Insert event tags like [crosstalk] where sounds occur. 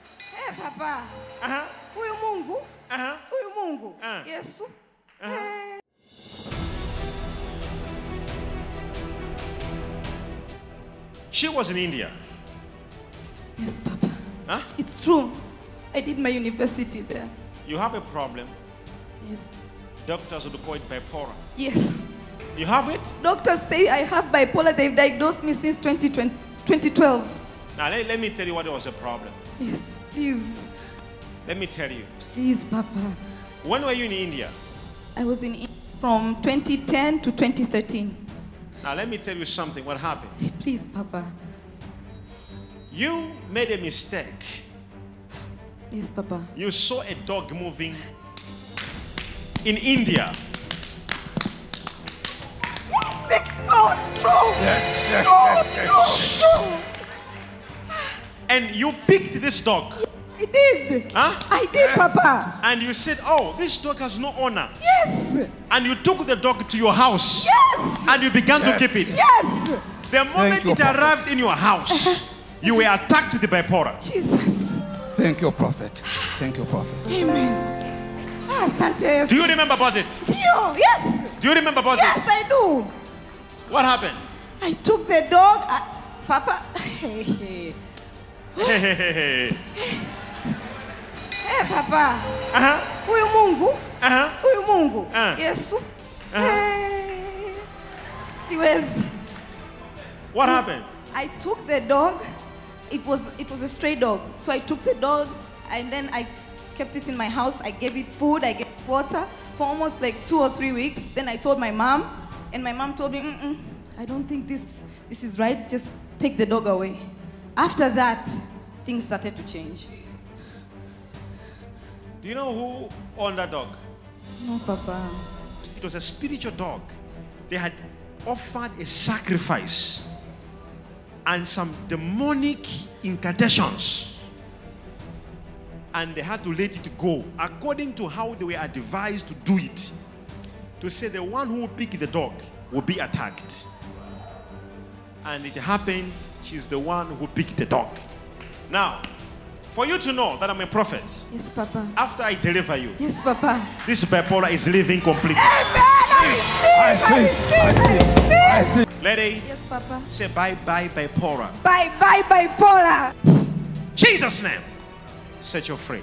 Eh, Papa, Aha, huyu Mungu, aha. huyu Mungu, Ah. Yesu. Aha. Eh, She was in India. Yes, Papa. Huh? It's true. I did my university there. You have a problem. Yes. Doctors would call it bipolar. Yes. You have it? Doctors say I have bipolar. They've diagnosed me since 2020, 2012. Now, let, let me tell you what was the problem. Yes, please. Let me tell you. Please, Papa. When were you in India? I was in India from 2010 to 2013. Now, let me tell you something. What happened? Please, Papa. You made a mistake. Yes, Papa. You saw a dog moving in India. It's not true. Not true. And you picked this dog. I did. Huh? I did, Papa. And you said, Oh, this dog has no honor. Yes. And you took the dog to your house. Yes. And you began Yes. to keep it. Yes. The moment you, it Papa. arrived in your house, you were attacked with the bipolar. Jesus. Thank you, Prophet. Thank you, Prophet. Amen. Ah, Santes. Do you remember about it? Dio. Yes. Do you remember about Yes, I do. it? What happened? [laughs] I took the dog. I, Papa. [laughs] Hey, hey. Hey, hey, hey, hey. Hey, Papa. Uh-huh. Huyu Mungu. Uh-huh. Huyu Mungu. Ah. Yesu. Aha. Hey. Siwezi. What happened? I took the dog. It was it was a stray dog. So I took the dog and then I kept it in my house. I gave it food. I gave it water for almost like two or three weeks. Then I told my mom, and my mom told me, Mm-mm, "I don't think this this is right. Just take the dog away." After that, things started to change. Do you know who owned that dog? No, Papa. It was a spiritual dog. They had offered a sacrifice and some demonic incantations. And they had to let it go according to how they were advised to do it. To say the one who will pick the dog will be attacked. And it happened, she's the one who picked the dog. Now, for you to know that I'm a prophet, Yes, Papa. after I deliver you, Yes, Papa. this bipolar is living completely. Amen. I I see. I see. I see. Lady, Yes, Papa. say bye bye bipolar. Bye, bye, bipolar. Jesus' name, set you free.